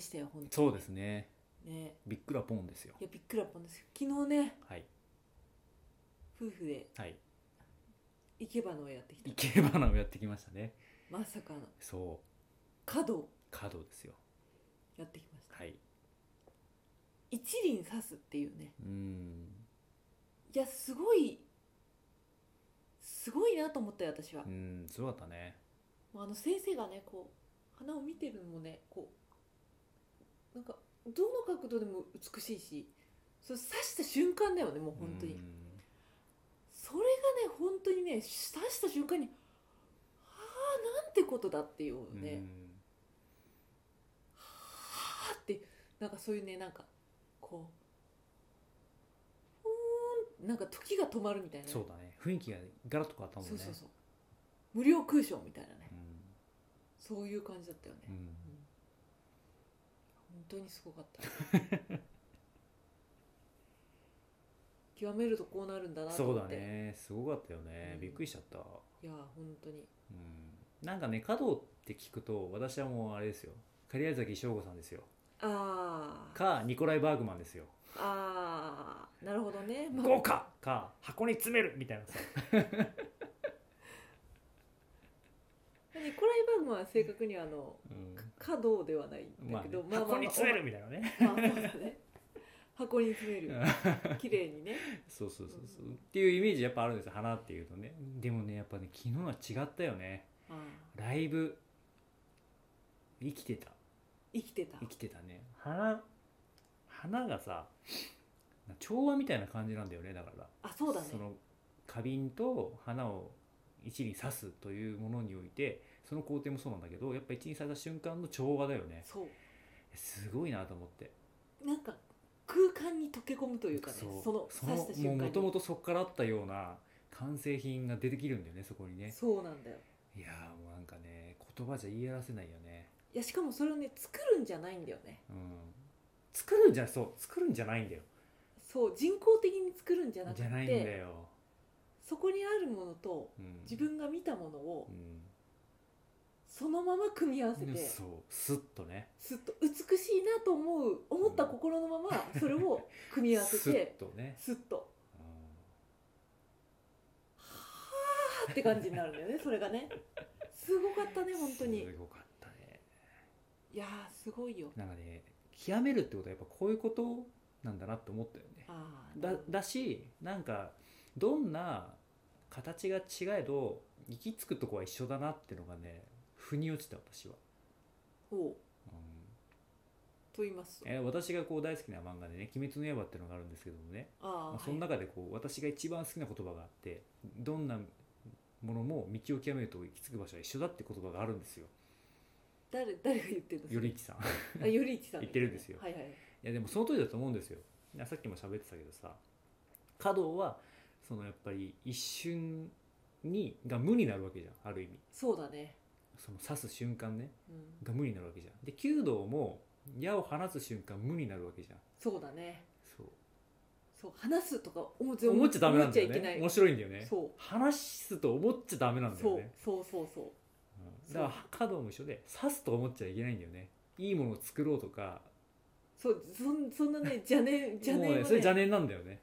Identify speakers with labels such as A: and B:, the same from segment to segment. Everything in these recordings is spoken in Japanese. A: したよ本当
B: そうですね
A: にね
B: びっくらポンですよ
A: いやびっくらぽんですよ昨日ね
B: はい
A: 夫婦で
B: はい
A: 生け花をやってきた
B: 生け花をやってきましたね
A: まさかの
B: そう
A: 角を
B: 角ですよ
A: やってきました
B: はい
A: 一輪刺すっていうね
B: うん
A: いやすごいすごいなと思ったよ私は
B: う、んすごかったね
A: もうあの先生がねこう花を見てるのもねこうなんかどの角度でも美しいしそれ刺した瞬間だよねもう本当に、
B: うん
A: それがね本当にね刺した瞬間にああなんてことだっていうね、はあってなんかそういうねなんかこうふーんなんか時が止まるみたいな
B: うん
A: ね、
B: そうだね雰囲気がガラッと変わったもん
A: そう
B: ね
A: そうそう無料空賞みたいなね
B: うん
A: そういう感じだったよね、
B: う
A: うん
B: ん
A: 本当にすごかった 極めるとこうなるんだなと
B: そう
A: 思
B: だ
A: って、
B: ねすごかったよね、
A: うん
B: びっくりしちゃった、う
A: いや本当に
B: ん、なんかね華道って聞くと私はもうあれですよ狩矢崎翔吾さんですよ
A: あー
B: かニコライ・バーグマンですよ
A: あーなるほどね、まあ
B: 豪華か箱に詰めるみたいなさ
A: ニコライ・バーグマンは正確にあの
B: うん
A: 華道ではないんだ
B: まあ
A: け
B: ね
A: ど、
B: 箱に詰めるみたいなね
A: まあそうだね箱に詰める綺麗にね
B: そうそうそうそうっていうイメージやっぱあるんですよ花っていうとねでもねやっぱね昨日は違ったよね
A: ああ
B: ライブ生きてた
A: 生きてた
B: 生きてたね花花がさ調和みたいな感じなんだよねだから
A: あそうだね
B: の花瓶と花を一輪刺すというものにおいてその工程もそうなんだけどやっぱ一輪刺した瞬間の調和だよね
A: そう
B: すごいなと思って
A: なんか空間に溶け込むというかね
B: う
A: その刺した瞬間に
B: もともとそこからあったような完成品が出てきるんだよねそこにね
A: そうなんだよ
B: いやーもうなんかね言葉じゃ言い表せないよね
A: いやしかもそれをね作るんじゃないんだよね
B: うん作るんじゃそう作るんじゃないんだよ
A: そう人工的に作るんじゃなく
B: じゃないんだ
A: て
B: よ、
A: そこにあるものと
B: うん、
A: 自分が見たものを
B: うん
A: そのまま組み合わせて
B: そうスッとね
A: すっと美しいなと思う思った心のままそれを組み合わ
B: ス
A: せ
B: ッ
A: て
B: とね、
A: すっと
B: うん
A: はーって感じになるんだよねそれがねすごかったね本当に
B: すごかったね
A: いやーすごいよ
B: なんかね極めるってことはやっぱこういうことなんだなって思ったよね
A: ああ
B: だだしなんかどんな形が違えど行き着くとこは一緒だなってのがね腑に落ちた私は、
A: ほ
B: うん
A: うと言いますと
B: え私がこう大好きな漫画でね「鬼滅の刃」っていうのがあるんですけどもね、
A: あ
B: まあ
A: あ
B: その
A: はい
B: 中でこう私が一番好きな言葉があってどんなものも道を極めると行き着く場所は一緒だって言葉があるんですよ
A: 誰誰が言ってるんです
B: 頼一さん
A: あよりいちさん
B: 言ってるんですよ
A: はいはい
B: いやでもその通りだと思うんですよいやさっきも喋ってたけどさ華道はそのやっぱり一瞬にが無になるわけじゃんある意味
A: そうだね
B: その刺す瞬間ね
A: うん
B: が無になるわけじゃんで弓道も矢を放つ瞬間無になるわけじゃん
A: そうだね
B: そう
A: そう話すとか思っ
B: 思っちゃダメな
A: 思
B: んだよ
A: っちゃいけな
B: ね
A: い
B: 面白いんだよね
A: そう
B: 話すと思っちゃダメなんだよ
A: そう
B: ね
A: そうそうそう
B: うんだから華道も一緒で刺すと思っちゃいけないんだよねいいものを作ろうとか
A: そうそんそんなね邪 念邪
B: もう
A: 念
B: ね
A: は
B: それ
A: ね
B: 邪念なんだよね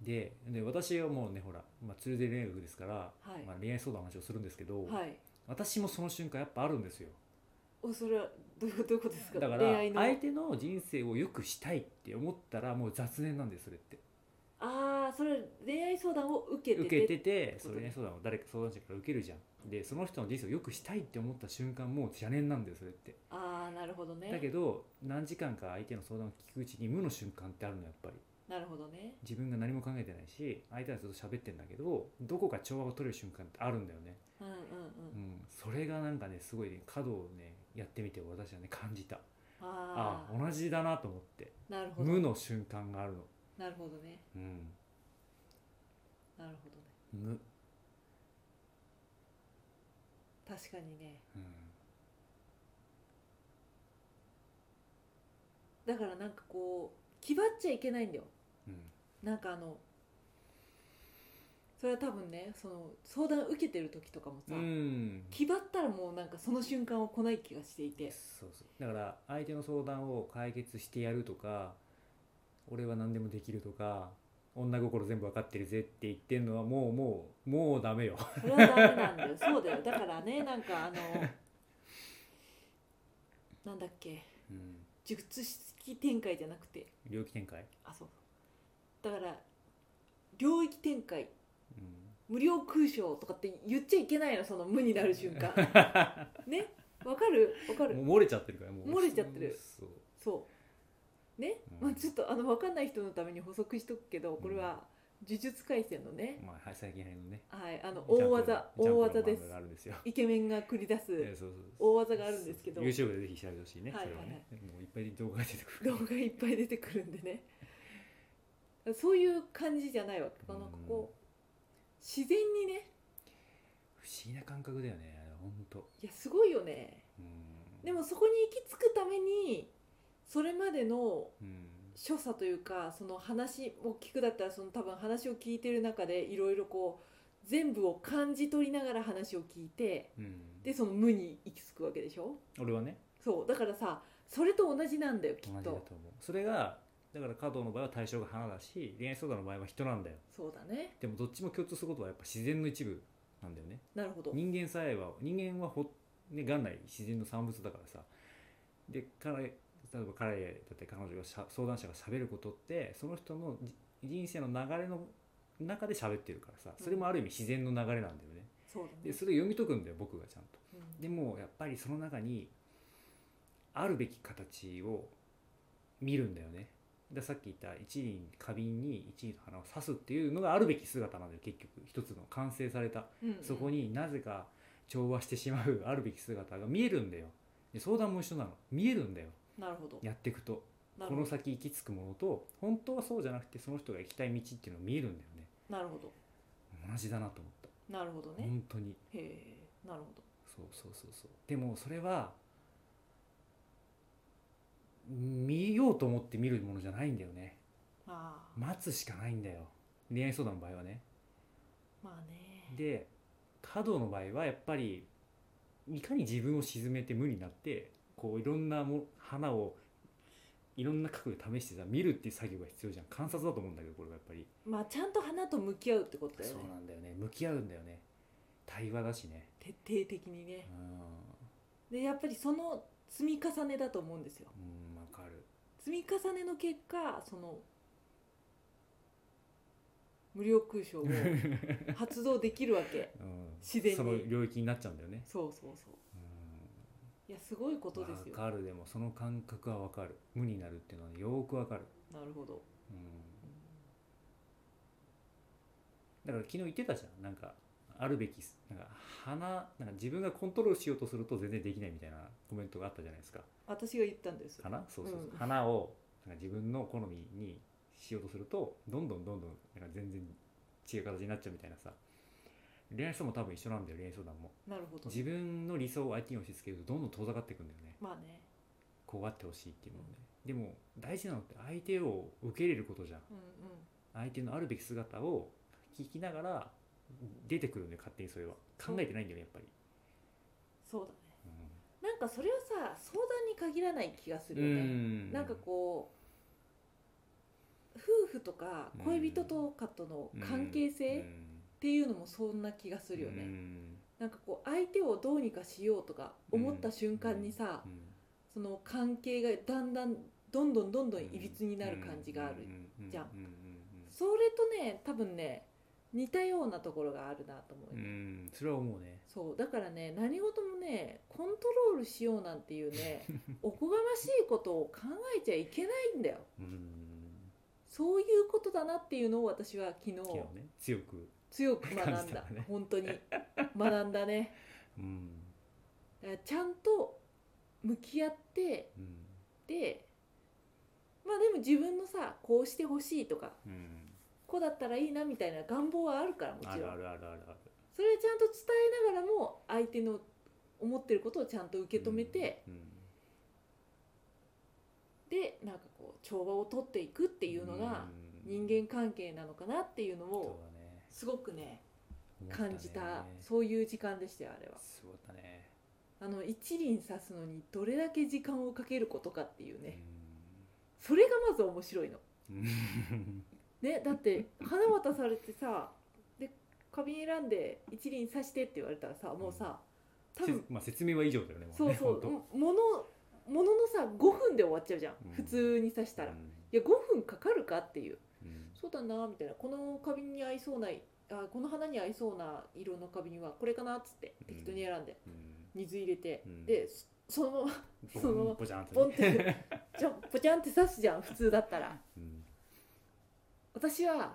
B: でで私はもうねほら、まあ、ツーデー恋愛学ですから、
A: はい
B: まあ、恋愛相談の話をするんですけど、
A: はい
B: 私もその瞬間やっぱあるんですよ
A: おそれはどういうどういうことですか
B: だから
A: 恋愛の
B: 相手の人生を良くしたいって思ったらもう雑念なんですそれって
A: ああそれ恋愛相談を受けて
B: 受
A: て
B: けてて
A: こと
B: それね相談を誰か相談者から受けるじゃんでその人の人生を良くしたいって思った瞬間もう邪念なんだよそれって
A: ああなるほどね
B: だけど何時間か相手の相談を聞くうちに無の瞬間ってあるのやっぱり
A: なるほどね
B: 自分が何も考えてないし相手はずっと喋ってんだけどどこか調和を取れる瞬間ってあるんだよね、
A: うんうんうん
B: うん、それがなんかねすごいね角をねやってみて私はね感じた
A: あ
B: あ
A: あ
B: 同じだなと思って
A: なるほど
B: 無の瞬間があるの、
A: なるほどね
B: うん、
A: なるほどね
B: 無、うん、
A: 確かにねだからなんかこう気張っちゃいけないんだよ
B: うん
A: なんかあのそれは多分ねその相談受けてる時とかもさ、
B: うん
A: 気張ったらもうなんかその瞬間を来ない気がしていて
B: そうそうだから相手の相談を解決してやるとか俺は何でもできるとか女心全部わかってるぜって言ってんのはもうもうもうダメよ
A: それはダメなん だよそうだよだからねなんかあのなんだっけ
B: うん
A: 術式展開じゃなくて
B: 領域展開
A: あそうだから領域展開
B: うん
A: 無料空賞とかって言っちゃいけないのその無になる瞬間 ねわかるわかる
B: もう漏れちゃってるからもう
A: 漏れちゃってる
B: そう
A: そうね、
B: う
A: ま
B: ん
A: あ、ちょっとあのわかんない人のために補足しとくけどこれは呪術廻戦のね、
B: まあ最近流行りのね
A: はいあの
B: ジャン
A: 大
B: プ
A: 技
B: ジ
A: 大
B: ャンプの
A: 技です
B: 漫画があるんですよ
A: イケメンが繰り出す
B: ええそうそう
A: 大技があるんですけど
B: そうそう YouTube でぜひ調べてほしいね、
A: はい
B: それはねもういっぱい動画が出てく
A: 動
B: る
A: 画いっぱい出てくるんでねそういう感じじゃないわけなんかこう自然にね
B: 不思議な感覚だよねあれほんと
A: いやすごいよね
B: うん
A: でもそこに行き着くためにそれまでの
B: うん
A: 所作というかその話を聞くだったらその多分話を聞いてる中でいろいろこう全部を感じ取りながら話を聞いて
B: うん
A: でその無に行き着くわけでしょ
B: 俺はね
A: そうだからさそれと同じなんだよき
B: 同
A: っ
B: じだと
A: と
B: 思うそれがだから加藤の場合は対象が花だし恋愛相談の場合は人なんだよ
A: そうだね
B: でもどっちも共通することはやっぱ自然の一部なんだよね
A: なるほど
B: 人間さえは人間はほ、ね、元来自然の産物だからさで彼例えば彼だったり彼女がしゃ相談者が喋ることってその人のじ人生の流れの中で喋ってるからさそれもある意味自然の流れなんだよね
A: そうだ
B: で
A: ね
B: それを読み解くんだよ僕がちゃんと
A: うん
B: でもやっぱりその中にあるべき形を見るんだよねでさっき言った一輪花瓶に一輪の花を刺すっていうのがあるべき姿なんだよ結局一つの完成された
A: うんうん
B: そこになぜか調和してしまうあるべき姿が見えるんだよで相談も一緒なの見えるんだよ
A: なるほど
B: やっていくと
A: なるほ
B: この
A: ど
B: 先行き着くものと本当はそうじゃなくてその人が行きたい道っていうのが見えるんだよね
A: なるほど
B: 同じだなと思った
A: なるほどね
B: 本当に
A: へえなるほど
B: そうそうそうそうでもそれは見ようと思って見るものじゃないんだよね
A: ああ
B: 待つしかないんだよ恋愛相談の場合はね
A: まあね
B: で華道の場合はやっぱりいかに自分を沈めて無になってこういろんなも花をいろんな角度で試してさ見るっていう作業が必要じゃん観察だと思うんだけどこれはやっぱり
A: まあちゃんと花と向き合うってことだよ
B: そう
A: ね
B: なんだよね向き合うんだよね対話だしね
A: 徹底的にね
B: う
A: でやっぱりその積み重ねだと思うんですよ
B: んうんわかる
A: 積み重ねの結果その無料空 賞を発動できるわけ
B: うん
A: 自然に
B: その領域になっちゃうんだよね
A: そうそうそう
B: う
A: い
B: ん
A: やすごいことですよ
B: わかるでもその感覚はわかる無になるっていうのはねよーくわかる、
A: なるほど
B: うん
A: うん
B: だから昨日言ってたじゃんなんかあるべきなんか花なんか自分がコントロールしようとすると全然できないみたいなコメントがあったじゃないですか
A: 私が言ったんです
B: 花そうそうそう、
A: うん
B: 花をなんか自分の好みにしようとするとどんどんどんどんなんか全然違う形になっちゃうみたいなさ恋愛相談も多分一緒なんだよ恋愛相談も
A: なるほど
B: 自分の理想を相手に押し付けるとどんどん遠ざかっていくんだよね
A: まあね
B: こうあってほしいっていうのねでも大事なのって相手を受け入れることじゃん
A: うんうん
B: 相手のあるべき姿を聞きながら出てくるんだよ勝手にそれは考えてないんだよねやっぱり、
A: そうだねなんかそれはさ相談に限らない気がするよね、なんかこう夫婦とか恋人とかとの関係性っていうのもそんな気がするよね、なんかこう相手をどうにかしようとか思った瞬間にさ、その関係がだんだんどんどんどんどんいびつになる感じがある、じゃんそれとね多分ね似たようなところがあるなと思う、
B: うんそれは思うね
A: そうだからね何事もねコントロールしようなんていうね おこがましいことを考えちゃいけないんだよ
B: うん
A: そういうことだなっていうのを私は昨日
B: 昨日ね強く
A: 強く学んだ
B: 感じたね
A: 本当に学んだ ね
B: うん
A: だからちゃんと向き合って
B: うん
A: でまあでも自分のさこうしてほしいとか
B: うん
A: こうだったらいいなみたいな願望はあるからもちろん
B: あるあるあるあるある
A: それをちゃんと伝えながらも相手の思ってることをちゃんと受け止めて、
B: うんうん
A: でなんかこう調和をとっていくっていうのが
B: う
A: 人
B: ん
A: 間関係なのかなっていうのを
B: そうだね
A: すごくね
B: 思ったね
A: 感じたそういう時間でしたよあれは
B: すごかったね
A: あの一輪刺すのにどれだけ時間をかけることかっていうね
B: うん
A: それがまず面白いの
B: うん
A: ねだって花渡されてさで花瓶選んで一輪刺してって言われたらさもうさ多分
B: せまあ、説明は以上だよねも
A: そう
B: ね
A: そ
B: ほん
A: う
B: と
A: ものもののさ5分で終わっちゃうじゃん、
B: うん
A: 普通に刺したら、
B: う
A: い
B: ん
A: や5分かかるかっていう
B: うん
A: そうだなみたいなこの花瓶に合いそうなあこの花に合いそうな色の花瓶はこれかなっつって
B: うん
A: 適当に選んで、
B: うん
A: 水入れて、
B: うん
A: でそそのまま
B: ボ
A: そのまま
B: ンボジャンってね
A: ボンってじゃポチャンって刺すじゃん普通だったら
B: うん
A: 私は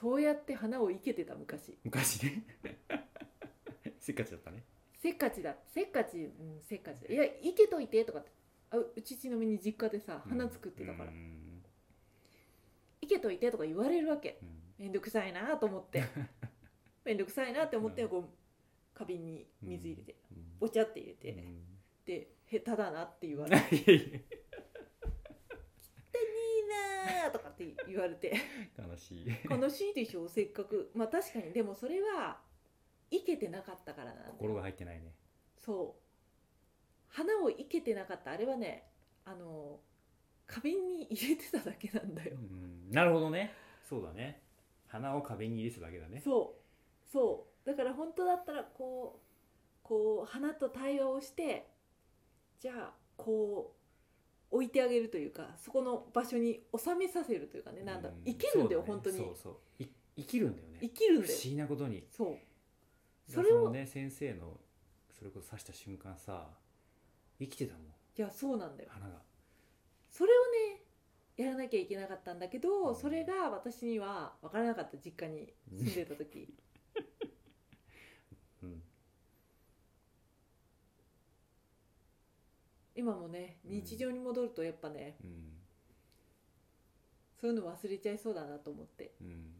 A: そうやって花を生けてた昔
B: 昔ね せっかちだったね
A: せっかちだせっかち、うん、せっかちだいや生けといてとかってあううちちなみに実家でさ花作ってたから、
B: うん
A: 生けといてとか言われるわけ
B: うん
A: めんどくさいなと思って めんどくさいなって思って
B: うん
A: こう花瓶に水入れて、
B: うん
A: ぼちゃって入れて、
B: うん
A: で下手だなって言わ
B: い
A: れ
B: や
A: て
B: い
A: 「いいな」とかって言われて
B: や悲しい
A: 悲しいでしょせっかくまあ確かにでもそれはいけてなかったからなんだ
B: 心が入ってないね
A: そう花をいけてなかったあれはねあの花瓶に入れてただけなんだよ
B: うんなるほどねそうだね花を壁に入れてただけだね
A: そうそうだから本当だったらこうこう花と対話をしてじゃあこう置いてあげるというかそこの場所に収めさせるというかねなんだ
B: う
A: 生きるんだよ
B: そう
A: 本当
B: そ
A: に
B: うそうい生きるんだよね
A: 生きるん
B: 不
A: だよ
B: 思議なことに
A: そう
B: そ
A: そ
B: れ
A: れを
B: をね先生のそれこそ刺した瞬間さ生きてたもん
A: いやそうなんだよ
B: 花が
A: それをねやらなきゃいけなかったんだけど、
B: うん
A: それが私には分からなかった実家に住んでた時
B: うん
A: 今もね
B: うん
A: 日常に戻るとやっぱね、
B: うん
A: そういうの忘れちゃいそうだなと思って
B: うん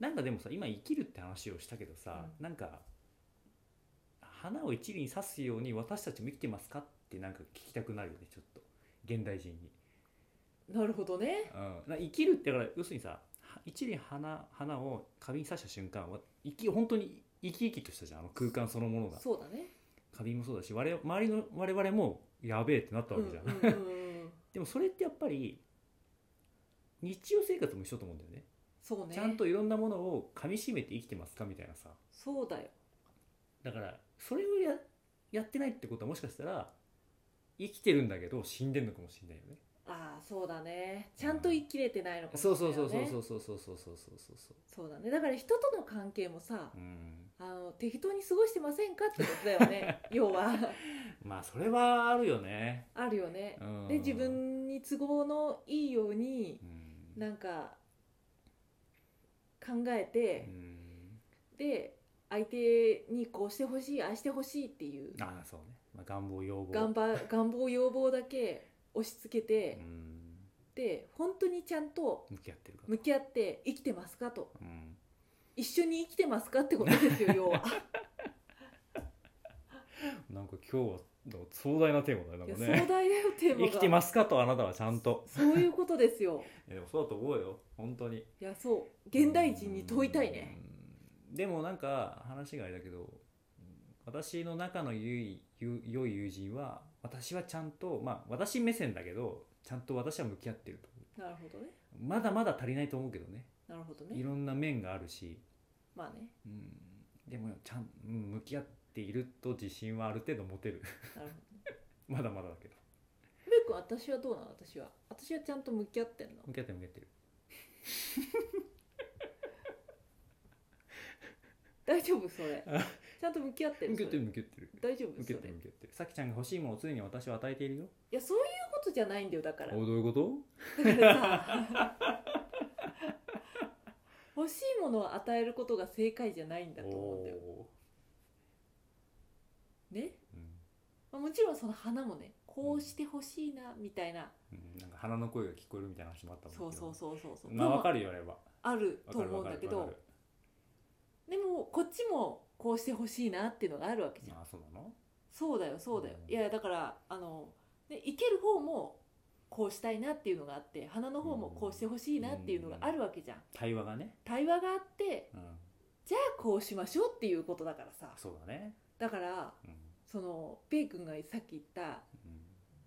B: なんかでもさ今生きるって話をしたけどさ、
A: う
B: なんか花を一輪刺すように私たちも生きてますかってなんか聞きたくなるよねちょっと現代人に、
A: なるほどね
B: うん、なんか生きるってだから要するにさは一輪花花を花瓶刺した瞬間は生き本当に生き生きとしたじゃんあの空間そのものが
A: そうだね
B: 花瓶もそうだし我々周りの我々もやべえってなったわけじゃん、
A: うんうんうんうん
B: でもそれってやっぱり日常生活も一緒だと思うんだよね
A: そうね
B: ちゃんといろんなものを噛みしめて生きてますかみたいなさ
A: そうだよ
B: だからそれをややってないってことはもしかしたら生きてるんだけど死んでるのかもしれないよね
A: ああそうだねちゃんと生きれてないのかもしれ
B: そ
A: な
B: う
A: いよ
B: そう
A: ね
B: そうそうそうそうそうそうそうそ
A: そ
B: うそう
A: うだねだから人との関係もさ
B: うん
A: あの適当に過ごしてませんかってことだよ ね要は
B: まあそれはあるよね、
A: あるよね
B: うん、
A: で自分に都合のいいように
B: うん
A: なんか考えて
B: う、ん
A: で相手にこうしてほしいああしてほしいっていう
B: ああそうね、まあ、願望要望
A: 願望願望要望だけ押し付けて、
B: うん
A: で本当にちゃんと
B: 向き合ってるか
A: 向き合って生きてますかと
B: ら、うん、
A: 一緒に生きてますかってことです よ要は
B: なんか今日はなんか壮大なテーマだ
A: いや
B: ねなんか
A: 壮
B: ね
A: 大だよテーマが
B: 生きてますかとあなたはちゃんと
A: そういうことですよ
B: いやでもそうだと思うよ本当に
A: いやそう現代人に問いたいね
B: うんでもなんか話があれだけどうん私の中のゆいゆ良い友人は私はちゃんとまあ私目線だけどちゃんと私は向き合ってると
A: なるほどね
B: まだまだ足りないと思うけどね
A: なるほど
B: い
A: ね
B: ろんな面があるし、
A: まあね
B: うん、でもちゃんうん向き合っていると自信はある程度持てる
A: なるほど
B: まだまだだけど
A: ベイ君私はどうなの私は私はちゃんと向き合ってんの
B: 向き合ってる向き合ってる
A: 大丈夫そ れ
B: あ
A: ちゃんと向き合ってる
B: 向き合ってる
A: そ
B: 向き合ってる
A: れ大丈夫
B: 向
A: そ
B: け
A: れ
B: て向けてさきちゃんが欲しいものを常に私は与えているよ
A: いやそういうことじゃないんだよだから
B: どういうこと
A: だからさ 欲しいものを与えることが正解じゃないんだと思うんだよね、まあ、もちろんその花もねこうしてほしいなみたいな、
B: うん、なんか鼻の声が聞こえるみたいな話もあったもん
A: そうそうそうそうそう
B: まあわか
A: る
B: るよあれは
A: ある
B: わ
A: と
B: かる
A: 思う
B: わ
A: んだ
B: かる
A: け
B: わ
A: ど
B: かる
A: でもこっちもこうしてほしいなっていうのがあるわけじゃん
B: まあそうなの
A: そうだよそうだよ、
B: うん
A: いやだからあの、ね、生ける方もこうしたいなっていうのがあって花の方もこうしてほしいなっていうのがあるわけじゃん
B: 対話がね、
A: 対話があって
B: うん、
A: じゃあこうしましょうっていうことだからさ
B: そうだね、
A: だから
B: うん
A: そのペイ君がさっき言った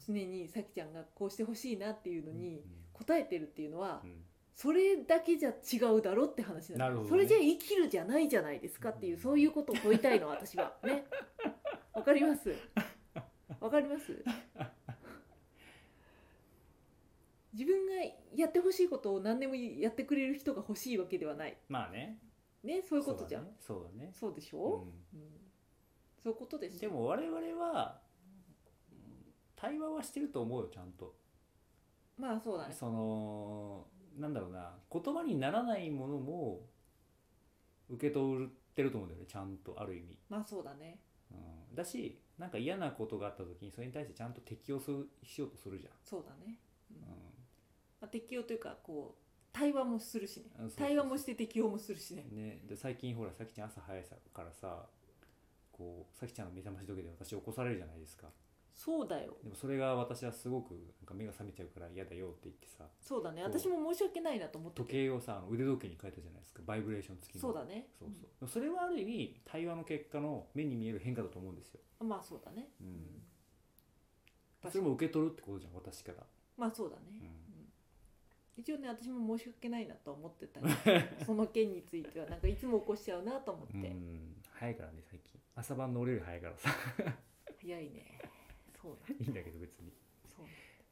A: 常にさきちゃんがこうしてほしいなっていう
B: う
A: の
B: ん、
A: に答えてるっていうのは
B: うん、うん
A: それだけじゃ違うだろって話な
B: な
A: の
B: るほどね
A: それじゃ生きるじゃないじゃないですかっていう
B: うん
A: そういうことを問いたいの私 はねわかりますわかります自分がやってほしいことを何でもやってくれる人が欲しいわけではない
B: まあね
A: ねそういうことじゃん
B: そうだね
A: そう,、でし
B: そうだ
A: ょ、
B: ね、
A: うんそういうことで
B: う
A: す
B: ん、
A: よ
B: でも我々はうん対話はしてると思うよちゃんと
A: まあそうだね
B: そのなんだろうな言葉にならないものも受け取ってると思うんだよねちゃんとある意味、
A: まあそうだね
B: うん、だしなんか嫌なことがあった時にそれに対してちゃんと適応するしようとするじゃ
A: そうだね、うん
B: ん、
A: まあ、適応というかこう対話もするしね
B: うんそうそうそう
A: 対話もして適応もするしね
B: うん、ねで最近ほらさきちゃん朝早いさからさこうさきちゃんの目覚まし時計で私起こされるじゃないですか
A: そうだよ
B: でもそれが私はすごくなんか目が覚めちゃうから嫌だよって言ってさ
A: そうだね
B: そう
A: 私も申し訳ないなと思って
B: 時計をさあの腕時計に変えたじゃないですかバイブレーション付きの
A: そうだね
B: そうそうそれはある意味対話の結果の目に見える変化だと思うんですよ、
A: うんまあそうだね
B: うん
A: 確
B: そ
A: か
B: れ
A: に
B: も受け取るってことじゃん私から、
A: まあそうだね、
B: うん
A: 一応ね私も申し訳ないなと思ってたり その件についてはなんかいつも起こしちゃうなと思って、
B: うん早いからね最近朝晩の俺より早いからさ
A: 早いねそうだ
B: いいんだけど別に、
A: そう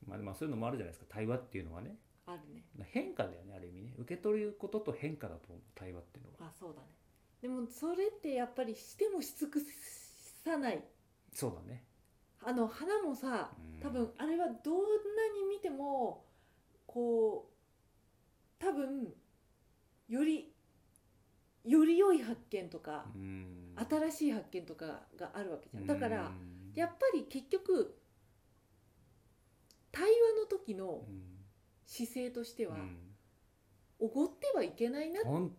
B: まあ、まあそういうのもあるじゃないですか対話っていうのはね
A: だあるね
B: 変化だよねある意味ね受け取ることと変化だと思う対話っていうのは
A: まあそうだねでもそれってやっぱりしてもし尽くさない
B: そうだね
A: あの花もさ
B: うん
A: 多分あれはどんなに見てもこう多分よりより良い発見とか、
B: うん
A: 新しい発見とかがあるわけじゃんだから
B: うん
A: やっぱり結局対話の時の
B: うん
A: 姿勢としては
B: うん
A: おごってはいけないな
B: ほん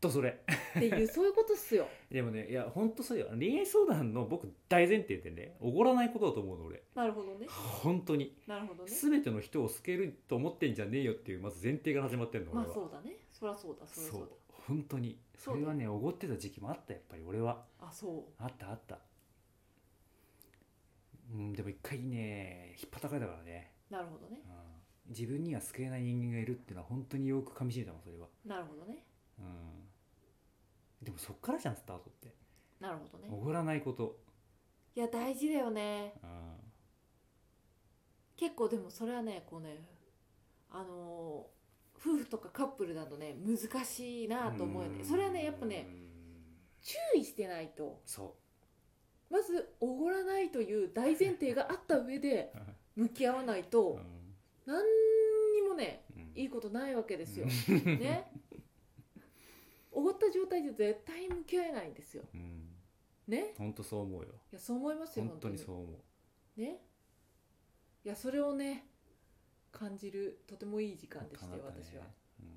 B: とそれ
A: っていうそういうことっすよ。
B: でもねいやほんとそうよ恋愛相談の僕大前提でねおごらないことだと思うの俺
A: なるほどね
B: 本当に
A: なるほどね。
B: 全ての人を好けると思ってんじゃねえよっていうまず前提から始まってんの
A: まあ
B: 俺は、
A: そうだねそりゃそうだそりゃ
B: そ
A: そう
B: う
A: だ。
B: 本当に
A: そうだ
B: それはねおごってた時期もあったやっぱり俺は
A: あそ
B: あったあったうんでも一回ねひっぱたかれたからね、
A: うなるほどね
B: うん、自分には救えない人間がいるっていうのは本当によくかみしめたもんそれは
A: なるほどね
B: うんでもそっからじゃんスタートって
A: なるほどね
B: お。ごらないこと、
A: いや大事だよね。
B: うん、
A: 結構でもそれはねこうねあのー夫婦とかカップルだとね難しいなと思うよね
B: ん
A: それはねやっぱね
B: うん
A: 注意してないと
B: そ
A: まずおごらないという大前提があった上で
B: う、
A: 向き合わないうと
B: ん
A: 何にもね
B: うん
A: いいことないわけ ですよ
B: う。
A: ねおごった状態で絶対に向き合えないんですよ。
B: うん
A: ね
B: 本当そう思うよ
A: いやそう思いますよ
B: 本当にそう思う
A: ねいやそれをね感じるとてもいい時間でしたよ
B: 叶ったね
A: 私は。
B: うん
A: はい。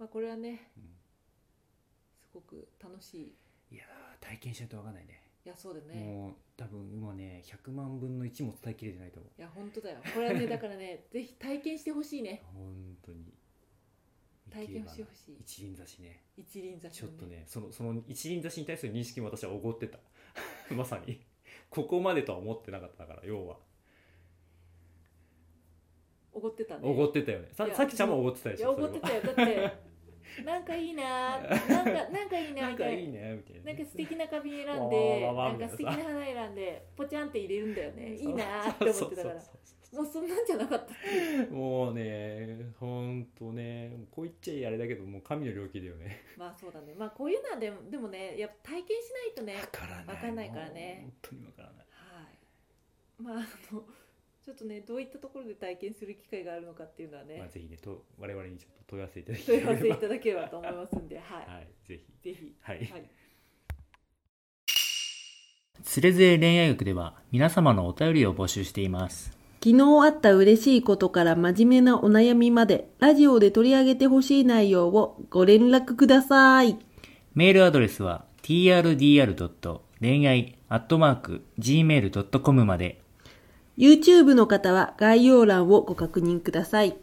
A: まあこれはね、
B: うん
A: すごく楽しい。い
B: いやー体験しないと分かんないね
A: やそうだよね。
B: もう多分今ね100万分の1も伝えきれてないと思う
A: いや本当だよ。これは ねだからね、ぜひ体験してほしいね。
B: 本当に
A: 体験してほしい。
B: 一輪差しね
A: 一輪差し
B: ちょ
A: の
B: っとねそのその一輪差しに対する認識も私はおごってた まさにここまでとは思ってなかったから要は
A: おごってたね。
B: おごってたよねさ
A: いや
B: さきちゃんもおごってたで
A: い
B: し
A: や
B: ょ
A: おごってたよ。だって なんかいいなー、なんかなんかいい
B: それ
A: な
B: は
A: み
B: なんか
A: た
B: い
A: い
B: いねみたい
A: な。な
B: な
A: ん
B: ね
A: か素敵な花瓶選ん
B: わ
A: で、
B: ーわ
A: な
B: ーわー
A: んか素敵な花選んで、ポチャンって入れるんだよね。いいなーって思ってたから。
B: そうそうそう
A: もうそんなんじゃなかった。
B: そうもうねほんとねこう言っちゃいあれだけどもう神の領域だよね
A: まあそうだね。まあこういうのはでもでもね、やっぱ体験しないとね。
B: から
A: わかんないからね
B: もう本当にわからない
A: はい。まあ、あの、ちょっとね、どういったところで体験する機会があるのかっていうのは
B: まあ、
A: ね。
B: ぜひねと我々にちょっと問い合わせいただけ
A: 問
B: れ
A: い合
B: ば
A: わせいただければと思いますんで、はい。
B: はいぜひ
A: ぜひ。
B: はい
A: はい。
B: つれづれ恋愛学では皆様のお便りを募集しています
C: 昨日あった嬉しいことから真面目なお悩みまで、ラジオで取り上げてほしい内容をご連絡ください。
B: メールアドレスは trdr. 恋愛 .gmail.com まで
A: YouTube の方は概要欄をご確認ください。